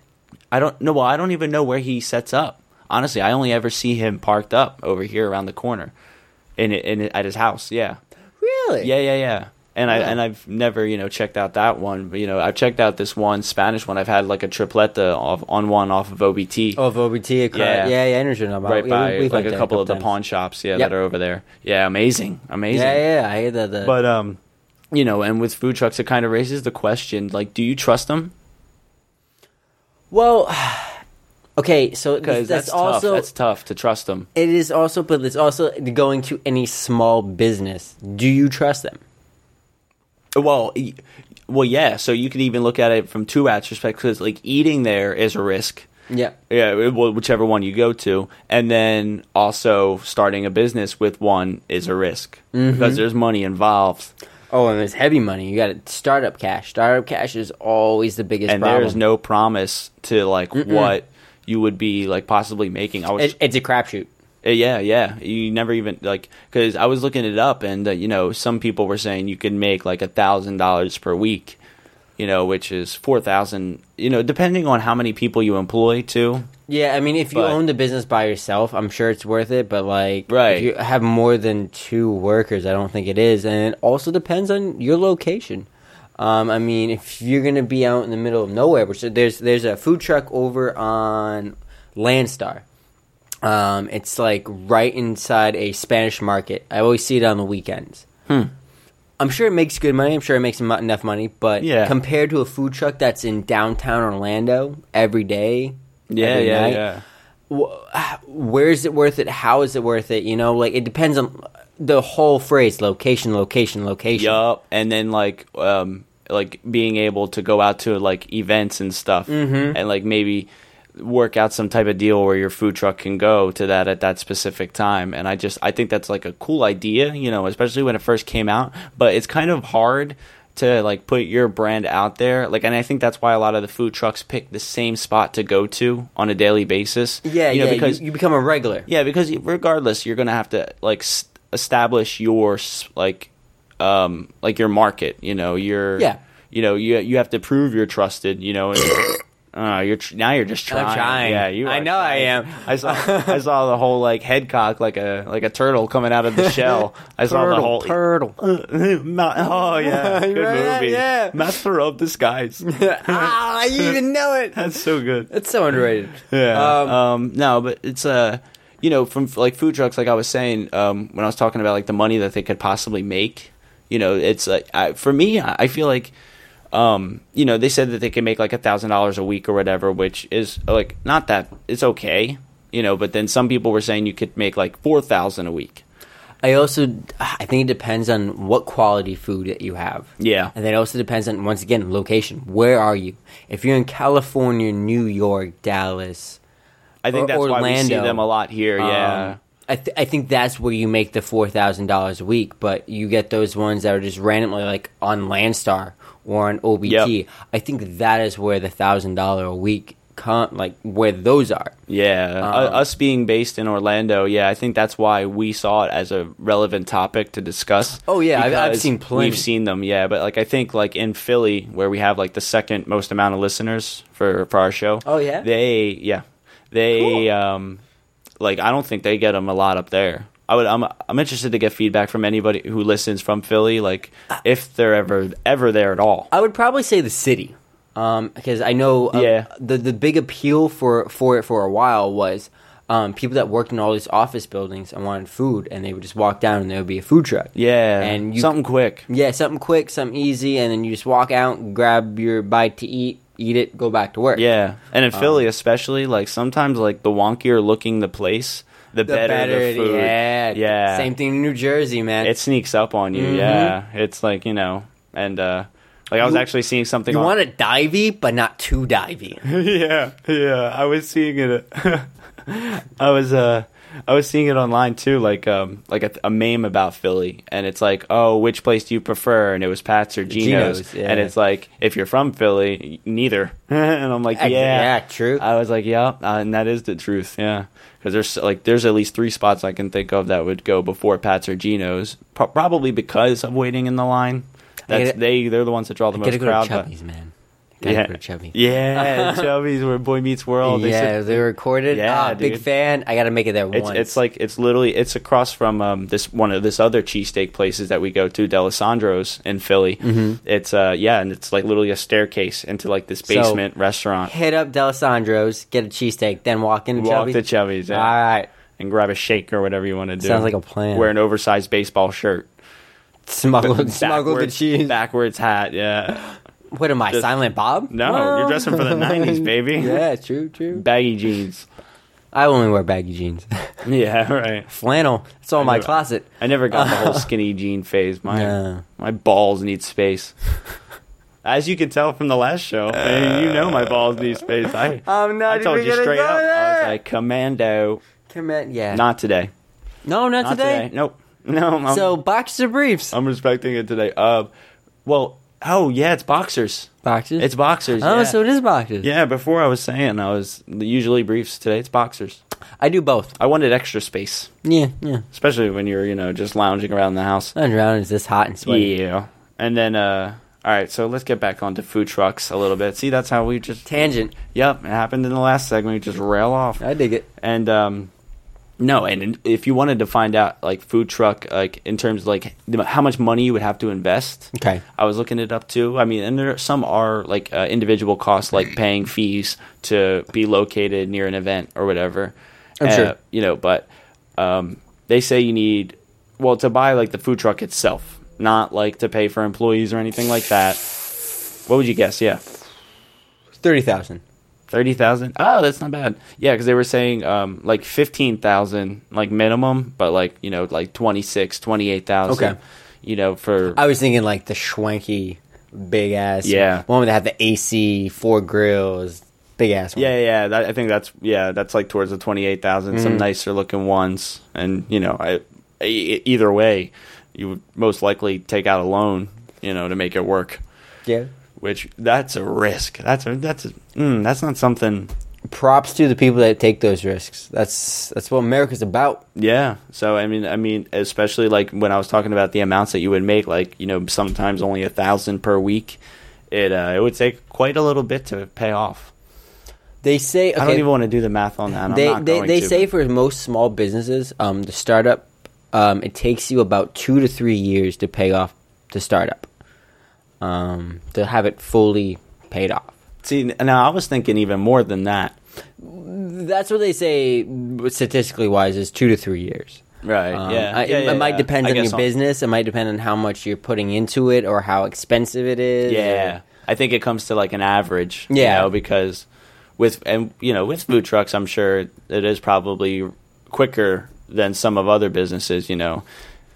S3: I don't know. Well, I don't even know where he sets up. Honestly, I only ever see him parked up over here around the corner, in in at his house. Yeah.
S2: Really?
S3: Yeah, yeah, yeah. And I and I've never you know checked out that one, but you know I've checked out this one Spanish one. I've had like a tripleta off on one off of OBT,
S2: Oh, of OBT across.
S3: Yeah.
S2: Yeah, yeah, yeah. I know what you're talking about.
S3: right
S2: Yeah,
S3: by
S2: we- we've
S3: like
S2: looked
S3: a
S2: at it
S3: couple of the
S2: times.
S3: pawn shops, yeah,
S2: Yep.
S3: that are over there. Yeah, amazing, amazing.
S2: Yeah, yeah. I hear the, the
S3: But um, you know, and with food trucks, it kind of raises the question like, do you trust them?
S2: well. Okay, so
S3: Because
S2: that's,
S3: that's, tough.
S2: also
S3: that's tough to trust them.
S2: it is also, but it's also going to any small business. Do you trust them?
S3: Well, y- well, yeah. So you can even look at it from two aspects because like eating there is a risk.
S2: Yeah.
S3: Yeah, it- well, whichever one you go to, and then also starting a business with one is a risk because there's money involved,
S2: Oh, and it's heavy money. You got startup cash. Startup cash is always the biggest
S3: and
S2: problem.
S3: there's no promise to like what you would be like possibly making. I was,
S2: It, it's a crapshoot.
S3: Uh, yeah, yeah, you never even like because I was looking it up, and uh, you know, some people were saying you can make like a thousand dollars per week, you know, which is four thousand, you know, depending on how many people you employ too.
S2: Yeah, I mean, if you
S3: But-
S2: own the business by yourself, I'm sure it's worth it. But like,
S3: Right.
S2: if you have more than two workers, I don't think it is, and it also depends on your location. Um, I mean, if you're gonna be out in the middle of nowhere, which there's there's a food truck over on Landstar. Um, it's like right inside a Spanish market. I always see it on the weekends.
S3: Hmm.
S2: I'm sure it makes good money. I'm sure it makes mo- enough money, but
S3: Yeah.
S2: compared to a food truck that's in downtown Orlando every day,
S3: Yeah,
S2: every
S3: yeah,
S2: night,
S3: yeah.
S2: where is it worth it? How is it worth it? You know, like it depends on the whole phrase: location, location, location.
S3: Yup. And then like
S2: Mm-hmm.
S3: um like being able to go out to like events and stuff and like maybe work out some type of deal where your food truck can go to that at that specific time. And I just I think that's like a cool idea, you know, especially when it first came out. But it's kind of hard to like put your brand out there. Like and I think that's why a lot of the food trucks pick the same spot to go to on a daily basis.
S2: Yeah,
S3: you know,
S2: yeah.
S3: because
S2: you, you become a regular.
S3: yeah, because regardless, you're gonna have to like s establish your s- like um like your market. You know, your
S2: Yeah.
S3: You know, you you have to prove you're trusted. You know, and, uh, you're tr- now you're just trying.
S2: I'm trying.
S3: Yeah, you.
S2: I
S3: are
S2: know I
S3: trying.
S2: am.
S3: I saw I saw the whole like head cock like a like a turtle coming out of the shell. I saw the whole e-
S2: turtle.
S3: Ma- oh yeah, good
S2: Right,
S3: movie.
S2: yeah.
S3: Master of Disguise.
S2: ah, you even know it.
S3: That's so good.
S2: That's so underrated.
S3: Yeah.
S2: Um,
S3: Um, no, but it's Uh, you know, from like food trucks, like I was saying um, when I was talking about like the money that they could possibly make. You know, it's like I, for me, I I feel like, um, you know, they said that they could make like a thousand dollars a week or whatever, which is like not that it's okay, you know. But then some people were saying you could make like four thousand a week.
S2: I also I think it depends on what quality food that you have.
S3: Yeah.
S2: And then it also depends on once again location. Where are you? If you're in California, New York, Dallas,
S3: I
S2: Or
S3: think that's why we see
S2: Orlando.
S3: them a lot here. yeah.
S2: um, I th- I think that's where you make the four thousand dollars a week. But you get those ones that are just randomly like on Landstar or on OBT.
S3: Yep.
S2: I think that is where the thousand dollar a week con- like where those are.
S3: Yeah, u-
S2: Um,
S3: us being based in Orlando, yeah, I think that's why we saw it as a relevant topic to discuss.
S2: Oh, yeah, I've- I've
S3: because
S2: seen plenty.
S3: We've seen them, yeah, but like I think like in Philly, where we have like the second most amount of listeners for for our show.
S2: Oh, yeah?
S3: they yeah they um like I don't think they get them a lot up there. I would I'm I'm interested to get feedback from anybody who listens from Philly, like if they're ever ever there at all.
S2: I would probably say the city, um, because I know uh,
S3: Yeah.
S2: the the big appeal for for it for a while was um, people that worked in all these office buildings and wanted food, and they would just walk down and there would be a food truck.
S3: yeah,
S2: and you,
S3: something quick.
S2: Yeah, something quick, something easy, and then you just walk out, grab your bite to eat, eat it, go back to work.
S3: Yeah, and
S2: Um,
S3: in Philly especially, like sometimes like the wonkier looking the place, the,
S2: the
S3: better,
S2: better,
S3: the
S2: it-
S3: food.
S2: yeah,
S3: yeah.
S2: Same thing Mm-hmm. in New Jersey, man.
S3: It sneaks up on you. Yeah, it's like you know, and uh like I was actually seeing something.
S2: you
S3: on-
S2: want it divey, but not too divey.
S3: yeah, yeah. I was seeing it. I was uh, I was seeing it online too, like um, like a, a meme about Philly, and it's like, oh, which place do you prefer? And it was Pat's or Geno's,
S2: Geno's, yeah.
S3: and it's like, if you're from Philly, neither. and I'm like, yeah,
S2: Ex- yeah, true.
S3: I was like, yeah, uh, and that is the truth, yeah. Because there's like there's at least three spots I can think of that would go before Pat's or Geno's, pro- probably because of waiting in the line. That's
S2: gotta-
S3: they they're the ones that draw the
S2: Gotta
S3: most
S2: go to
S3: crowd. but-
S2: Chubby's, man. Gotta go to Chubby's.
S3: yeah, Chubby's where Boy Meets World. They
S2: yeah,
S3: said-
S2: they recorded.
S3: Yeah,
S2: ah, big
S3: dude.
S2: fan. I gotta make it there
S3: it's
S2: once.
S3: it's like it's literally it's across from um, this one of this other cheesesteak places that we go to, Delisandro's in Philly.
S2: Mm-hmm.
S3: It's uh yeah, and it's like literally a staircase into like this basement restaurant.
S2: hit up Delisandro's, get a cheesesteak, then walk into
S3: Walk
S2: Chubby's.
S3: to Chubby's, yeah.
S2: All right,
S3: And grab a shake or whatever you want to do.
S2: Sounds like a plan.
S3: Wear an oversized baseball shirt.
S2: smuggle, smuggle the
S3: Backwards-
S2: cheese.
S3: Backwards hat, yeah.
S2: What am I, Silent Bob?
S3: No,
S2: Well,
S3: you're dressing for the 90s, baby.
S2: Yeah, true, true.
S3: Baggy jeans.
S2: I only wear baggy jeans,
S3: Yeah, right.
S2: flannel. It's all in my
S3: know.
S2: closet.
S3: I never got the whole skinny jean phase. My
S2: No.
S3: my balls need space. As you can tell from the last show, and you know my balls need space. I
S2: I'm not
S3: I told
S2: even
S3: you
S2: gonna
S3: straight
S2: go
S3: up. I
S2: there.
S3: was like, "Commando,
S2: Come in, yeah.
S3: not today,
S2: no, not,
S3: not today, Um,
S2: today.
S3: nope, no." I'm,
S2: So boxer briefs,
S3: I'm respecting it today. Uh, well, oh yeah, it's boxers.
S2: boxers.
S3: It's boxers.
S2: oh,
S3: yeah.
S2: so it is boxers.
S3: yeah. Before I was saying I was usually briefs. Today it's boxers.
S2: I do both.
S3: I wanted extra space,
S2: Yeah, yeah.
S3: especially when you're you know just lounging around the house.
S2: I'm drowning. Is this hot and sweaty?
S3: Yeah. And then, uh, all right, so let's get back onto food trucks a little bit. See, that's how we just.
S2: Tangent.
S3: Yep, it happened in the last segment. We just rail off.
S2: I dig it.
S3: And, um, no, and if you wanted to find out, like, food truck, like, in terms of, like, the- how much money you would have to invest.
S2: Okay.
S3: I was looking it up too. I mean, and there some are like uh, individual costs, like paying fees to be located near an event or whatever.
S2: I'm
S3: Uh,
S2: sure.
S3: you know, but um, they say you need well to buy like the food truck itself, not like to pay for employees or anything like that. What would you guess? Yeah,
S2: Thirty thousand.
S3: thirty thousand. Oh, that's not bad. Yeah, because they were saying um, like fifteen thousand, like minimum, but like you know, like 26, 28,000.
S2: Okay.
S3: You know, for
S2: I was thinking like the schwanky, big ass
S3: Yeah.
S2: one that had the AC, four grills, big ass one.
S3: Yeah, yeah. That, I think that's yeah. That's like towards the twenty eight thousand. Some nicer looking ones, and you know, I, e- either way, you would most likely take out a loan, you know, to make it work.
S2: yeah.
S3: Which that's a risk. That's a, that's a, mm, that's not something.
S2: Props to the people that take those risks. That's that's what America's about.
S3: Yeah. So I mean, I mean, especially like when I was talking about the amounts that you would make, like you know, sometimes only a thousand per week. It uh, it would take quite a little bit to pay off.
S2: They say
S3: I
S2: okay,
S3: don't even want to do the math on that. I'm
S2: they
S3: not
S2: they,
S3: going
S2: they
S3: to,
S2: say
S3: but-
S2: for most small businesses, um, the startup, um, it takes you about two to three years to pay off the startup, um, to have it fully paid off.
S3: see now. I was thinking even more than that.
S2: That's what they say statistically wise is two to three years.
S3: Right.
S2: Um,
S3: yeah.
S2: I-
S3: Yeah,
S2: it,
S3: yeah,
S2: it might
S3: yeah.
S2: depend
S3: I
S2: on your
S3: guess I'll-
S2: business. It might depend on how much you're putting into it or how expensive it is.
S3: Yeah. I think it comes to like an average.
S2: Yeah.
S3: You know, because with and you know with food trucks, I'm sure it is probably quicker than some of other businesses. You know,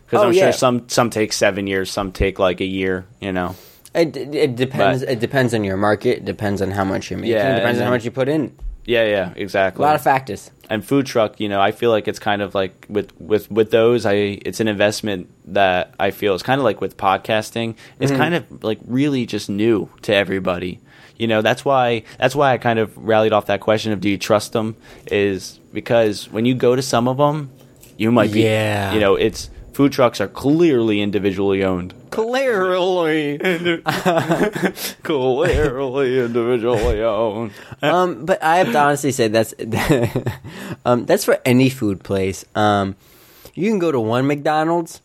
S3: because
S2: Oh,
S3: I'm
S2: yeah.
S3: sure some some take seven years, some take like a year. You know.
S2: It, it- it depends.
S3: But-
S2: it depends on your market. It depends on how much you're making.
S3: Yeah,
S2: it depends
S3: and
S2: on how
S3: then-
S2: much you put in.
S3: Yeah. Yeah. Exactly.
S2: A lot of factors.
S3: and food truck you know i feel like it's kind of like with with with those i it's an investment that i feel it's kind of like with podcasting it's kind of like really just new to everybody you know that's why that's why i kind of rallied off that question of do you trust them is because when you go to some of them you might be
S2: Yeah.
S3: you know it's food trucks are clearly individually owned
S2: Clearly.
S3: clearly individually owned
S2: um, but I have to honestly say that's um, that's for any food place. Um, you can go to one McDonald's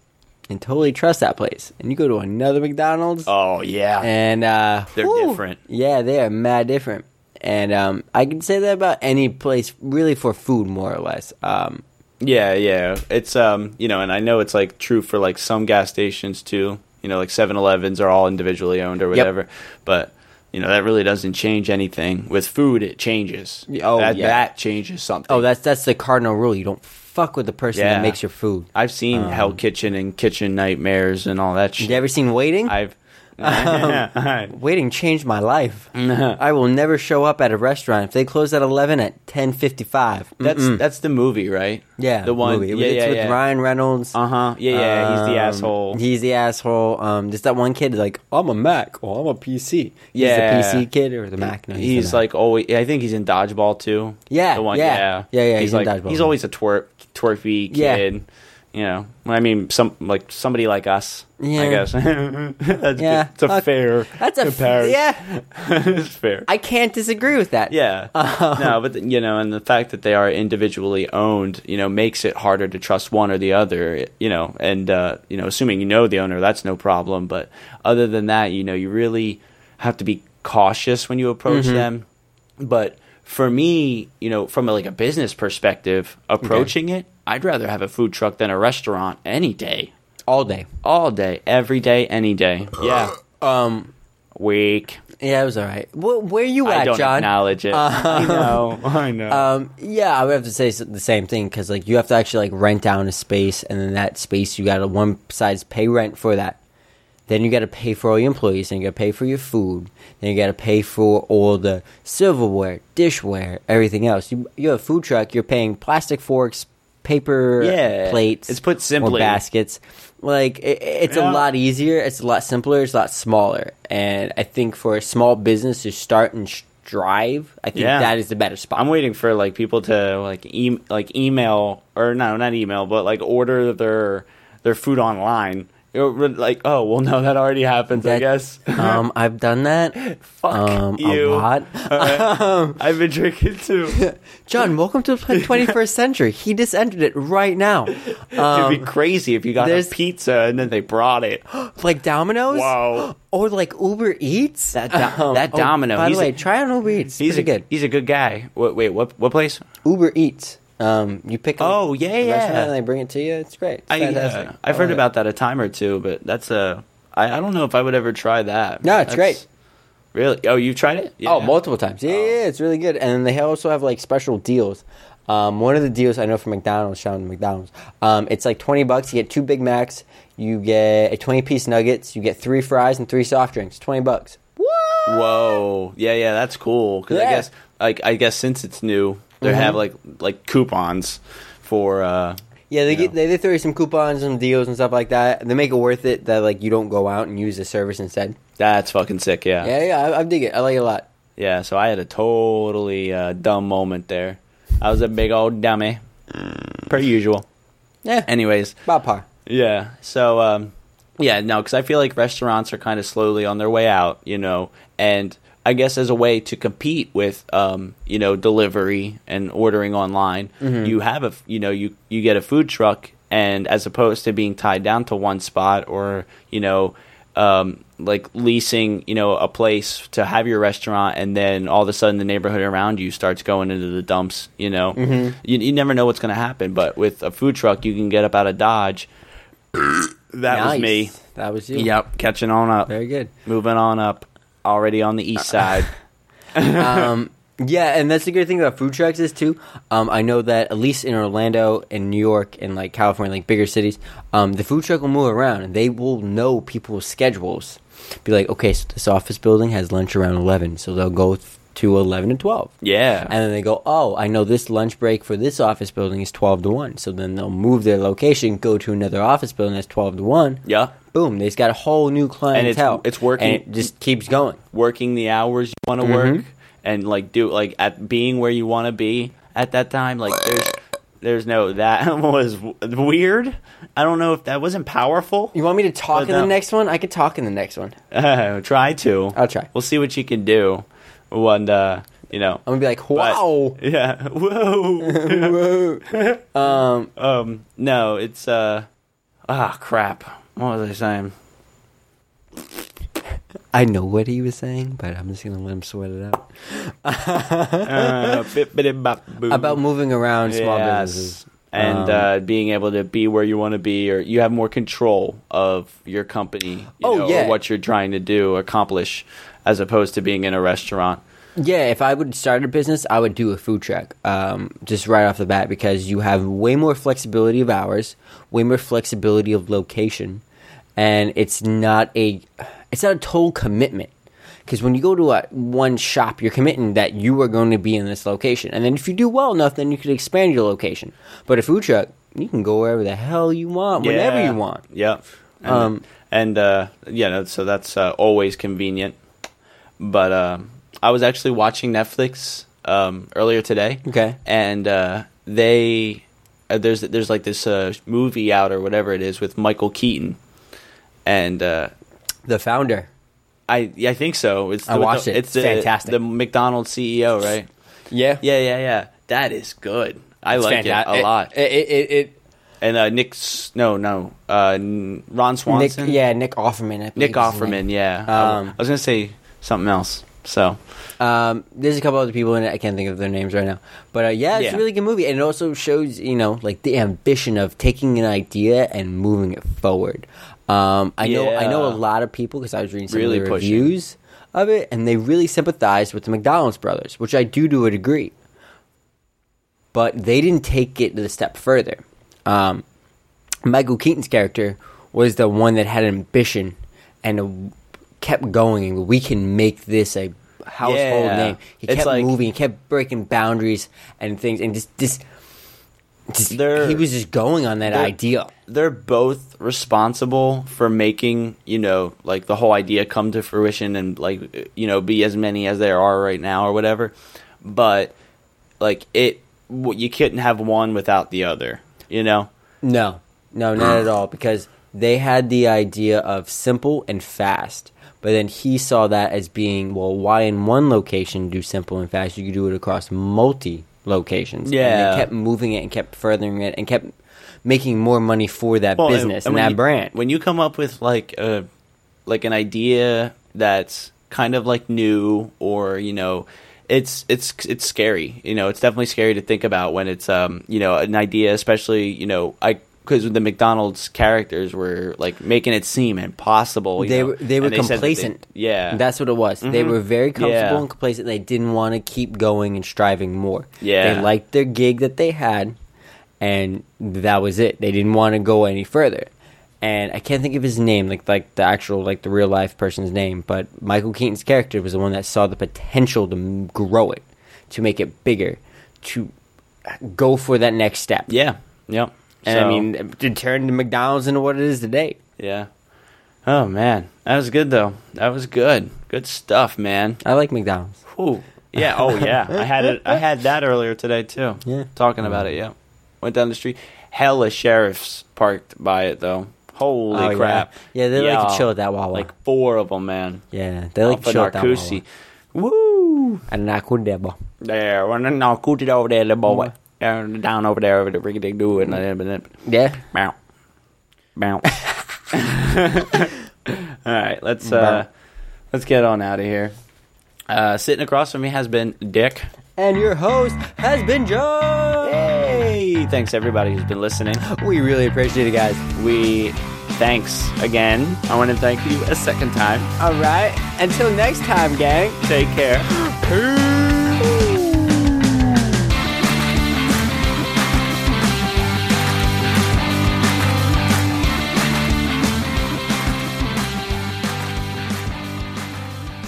S2: and totally trust that place, and you go to another McDonald's.
S3: oh yeah
S2: and uh,
S3: They're different.
S2: Yeah, they are mad different, and um, I can say that about any place, really, for food, more or less. Um,
S3: Yeah, yeah. It's um, you know, and I know it's like true for like some gas stations too. You know, like 7-Elevens are all individually owned or whatever. But you know, that really doesn't change anything. With food, it changes.
S2: Yeah, oh,
S3: that,
S2: yeah.
S3: that changes something.
S2: oh, that's that's the cardinal rule. You don't fuck with the person
S3: Yeah.
S2: that makes your food.
S3: I've seen
S2: Um.
S3: Hell Kitchen and Kitchen Nightmares and all that shit.
S2: You ever seen waiting?
S3: I've
S2: waiting changed my life. I will never show up at a restaurant if they close at eleven at ten fifty five.
S3: that's that's the movie, right?
S2: Yeah,
S3: the one.
S2: movie. It was-
S3: Yeah,
S2: it's
S3: yeah,
S2: with
S3: yeah.
S2: Ryan Reynolds.
S3: Uh huh. Yeah, yeah. He's the
S2: Um,
S3: asshole.
S2: He's the asshole. Um, there's that one kid like I'm a Mac or I'm a PC.
S3: Yeah.
S2: he's the PC kid or the Mac. No,
S3: he's,
S2: the Mac.
S3: like always. I think he's in dodgeball too.
S2: Yeah,
S3: the one.
S2: yeah.
S3: Yeah,
S2: Yeah, yeah,
S3: He's,
S2: he's in
S3: like
S2: Dodgeball.
S3: he's always a twerp, twerpy
S2: Yeah.
S3: kid. You know, I mean, some like somebody like us. I
S2: Yeah.
S3: guess. That's
S2: Yeah.
S3: good. it's a
S2: Okay.
S3: fair.
S2: That's a
S3: comparison.
S2: yeah.
S3: it's fair.
S2: I can't disagree with that.
S3: yeah. no, but you know, and the fact that they are individually owned, you know, makes it harder to trust one or the other. You know, and uh, you know, assuming you know the owner, that's no problem. But other than that, you know, you really have to be cautious when you approach them. But for me, you know, from a, like a business perspective, approaching it, I'd rather have a food truck than a restaurant any day,
S2: all day.
S3: all day, every day, any day. Yeah.
S2: Um,
S3: Week.
S2: yeah, it was all right. Wh- where you
S3: I
S2: at,
S3: don't
S2: John?
S3: acknowledge it. I know. Uh, I know.
S2: Um, yeah, I would have to say s- the same thing because like you have to actually like rent down a space, and then that space you got to one side's pay rent for that. Then you got to pay for all your employees, and you got to pay for your food. Then you got to pay for all the silverware, dishware, everything else. You you have a food truck, you're paying plastic forks, paper
S3: Yeah,
S2: plates.
S3: it's put simply.
S2: or baskets. Like it, it's a
S3: Yeah.
S2: lot easier. It's a lot simpler. It's a lot smaller. And I think for a small business to start and strive, I think
S3: Yeah.
S2: that is the better spot.
S3: I'm waiting for like people to like e- like email or no, not email, but like order their their food online. It would, like, oh well, no, that already happens.
S2: That-
S3: I guess.
S2: um, I've done that.
S3: Fuck
S2: um,
S3: you. Uh,
S2: A lot.
S3: I've been drinking too. It'd
S2: John, welcome to the 21st century. He just entered it right now.
S3: be
S2: Um,
S3: crazy if you got a
S2: there's-
S3: pizza and then they brought it.
S2: Like Domino's?
S3: Wow.
S2: Or like Uber Eats? That,
S3: that Domino,
S2: by
S3: he's
S2: the
S3: a-
S2: way, try on Uber Eats.
S3: He's
S2: He's
S3: a
S2: good.
S3: He's a good guy. What, wait, what? What place?
S2: Uber Eats. Um, you pick up
S3: Oh, yeah,
S2: the
S3: yeah.
S2: restaurant and they bring it to you. It's great. It's
S3: I,
S2: fantastic.
S3: have heard
S2: love it.
S3: about that a time or two, but that's a. I, I don't know if I would ever try that.
S2: No, it's
S3: That's-
S2: great.
S3: Really? Oh, you've tried it?
S2: Oh,
S3: Yeah.
S2: multiple times. Yeah, yeah, yeah, it's really good. And then they also have like special deals. Um, one of the deals I know from McDonald's, shout out to McDonald's, um, it's like twenty bucks. You get two Big Macs, you get a twenty piece nuggets, you get three fries and three soft drinks. Twenty bucks.
S3: Whoa! Yeah, yeah, that's cool. Because I
S2: Yeah.
S3: guess like I guess since it's new, they
S2: Mhm.
S3: have like like coupons for uh
S2: Yeah, they
S3: you
S2: get
S3: know.
S2: they, they throw you some coupons, some deals, and stuff like that. And they make it worth it that like you don't go out and use the service instead.
S3: that's fucking sick, yeah.
S2: Yeah, yeah, I, I dig it. I like it a lot.
S3: Yeah, so I had a totally uh, dumb moment there. I was a big old dummy, per usual.
S2: Mm. Yeah,
S3: Anyways,
S2: about par.
S3: yeah, so um, yeah, no, because I feel like restaurants are kind of slowly on their way out, you know, and I guess as a way to compete with, um, you know, delivery and ordering online, you have a, f- you know, you you get a food truck, and as opposed to being tied down to one spot or you know um, like leasing, you know, a place to have your restaurant, and then all of a sudden the neighborhood around you starts going into the dumps. You know, you, you never know what's going to happen. But with a food truck, you can get up out of Dodge. that
S2: Nice.
S3: was me.
S2: That was you.
S3: Yep, catching on up,
S2: Very good.
S3: moving on up, already on the east side.
S2: Yeah, and that's the good thing about food trucks is too. Um, I know that at least in Orlando and New York and like California, like bigger cities, um, the food truck will move around and they will know people's schedules. Be like, okay, so this office building has lunch around eleven, so they'll go th- to eleven to twelve.
S3: Yeah.
S2: and then they go, oh, I know this lunch break for this office building is twelve to one, so then they'll move their location, go to another office building that's twelve to one.
S3: Yeah.
S2: boom, they just got a whole new clientele,
S3: it's working-
S2: and it just keeps going.
S3: working the hours you
S2: Mm-hmm.
S3: want to work and like do like at being where you want to be at that time like there's there's no that was w- weird i don't know if that wasn't powerful
S2: You want me to talk
S3: But
S2: in the
S3: no.
S2: next one? I could talk in the next one.
S3: try to
S2: I'll try.
S3: we'll see what you can do and uh you know
S2: I'm gonna be like,
S3: But-
S2: wow.
S3: yeah whoa
S2: Whoa.
S3: um no it's uh ah crap what was i saying
S2: I know what he was saying, but I'm just gonna let him sweat it out.
S3: uh, bit-bidi-bop-boo.
S2: About moving around small
S3: Yes.
S2: businesses.
S3: and
S2: Um,
S3: uh, being able to be where you want to be, or you have more control of your company, you
S2: Oh,
S3: know,
S2: yeah.
S3: or what you're trying to do, accomplish, as opposed to being in a restaurant.
S2: Yeah, if I would start a business, I would do a food truck um, just right off the bat because you have way more flexibility of hours, way more flexibility of location, and it's not a it's not a total commitment. Because when you go to a, one shop, you're committing that you are going to be in this location, and then if you do well enough, then you could expand your location. But a food truck, you can go wherever the hell you want, whenever
S3: Yeah.
S2: you want.
S3: Yep. And,
S2: Um,
S3: and uh, yeah, no, so that's uh, always convenient. But um I was actually watching Netflix um, earlier today.
S2: Okay.
S3: And uh, they uh, there's there's like this uh, movie out or whatever it is with Michael Keaton, and uh,
S2: The founder,
S3: I yeah, I think so. It's
S2: I watched it.
S3: It's the,
S2: Fantastic.
S3: The McDonald's CEO, right?
S2: yeah,
S3: Yeah, yeah, yeah. That is good. I like it a lot.
S2: It, it, it, it
S3: and uh, Nick's no, no, uh, N- Ron
S2: Nick,
S3: Swanson.
S2: yeah, Nick Offerman. I believe is
S3: Nick
S2: his name.
S3: Offerman. Yeah,
S2: Um,
S3: I, was gonna say something else. So
S2: Um, there's a couple other people in it. I can't think of their names right now. But uh, yeah, it's
S3: Yeah.
S2: a really good movie, and it also shows you know like the ambition of taking an idea and moving it forward. Um, I know I know a
S3: Yeah.
S2: lot of people because I was reading some
S3: Really
S2: of the
S3: pushing.
S2: reviews of it, and they really sympathized with the McDonald's brothers, which I do to a degree. But they didn't take it a step further. Um, Michael Keaton's character was the one that had ambition and uh kept going. and We can make this a household
S3: Yeah.
S2: name. He
S3: It's
S2: kept
S3: like-
S2: moving. He kept breaking boundaries and things, and just just, just
S3: They're-
S2: he was just going on that
S3: they're-
S2: idea.
S3: they're both responsible for making you know like the whole idea come to fruition and like you know be as many as there are right now or whatever. But like it, w- you couldn't have one without the other. You know.
S2: No, no, not at all. Because they had the idea of simple and fast, but then he saw that as being well, why in one location do simple and fast? You could do it across multi locations. and
S3: Yeah.
S2: they kept moving it and kept furthering it and kept making more money for that
S3: Well,
S2: business and,
S3: when
S2: that
S3: you-
S2: brand.
S3: When you come up with like a like an idea that's kind of like new or you know it's it's it's scary you know it's definitely scary to think about when it's um you know an idea especially you know i because the mcdonald's characters were like making it seem impossible you
S2: they
S3: know,
S2: were they were
S3: and said that they-
S2: complacent.
S3: yeah Mm-hmm.
S2: that's what it was. They were very comfortable
S3: Yeah.
S2: and complacent. They didn't want to keep going and striving more.
S3: Yeah.
S2: they liked their gig that they had, and that was it. They didn't want to go any further. And I can't think of his name, like like the actual like the real life person's name, but Michael Keaton's character was the one that saw the potential to m- grow it, to make it bigger, to go for that next step.
S3: Yeah. Yep.
S2: And
S3: So-
S2: I mean, to turn the McDonald's into what it is today.
S3: Yeah. Oh man, that was good though. That was good. Good stuff, man.
S2: I like McDonald's.
S3: Ooh. Yeah. Oh yeah. I had it. I had that earlier today too.
S2: Yeah.
S3: Talking about it. Yeah. Went down the street. Hella sheriffs parked by it though. Holy
S2: Oh, yeah.
S3: crap.
S2: Yeah, they like to chill at that Wawa.
S3: Like four of them, man.
S2: Yeah, they like
S3: Off
S2: to
S3: of
S2: chill at that
S3: Narcosi.
S2: Wawa.
S3: Woo.
S2: And I couldn't ever.
S3: There. When I now coot it over there, little
S2: Mm.
S3: boy. And Down over there over the rig dig do it. And then-
S2: Yeah.
S3: Meow. Meow. All right, let's uh,
S2: Bow.
S3: let's get on out of here. Uh, sitting across from me has been Dick.
S2: And your host has been Joe.
S3: Hey, thanks everybody who's been listening.
S2: We really appreciate it, guys.
S3: We thanks again. I want to thank you a second time.
S2: All right. Until next time, gang.
S3: Take care.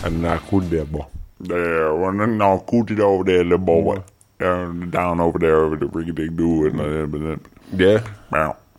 S8: and I could there, boy. There, when I now could it over there, uh, little boy. And down over there, over the rig dig do it. and then- but then- Yeah. Meow.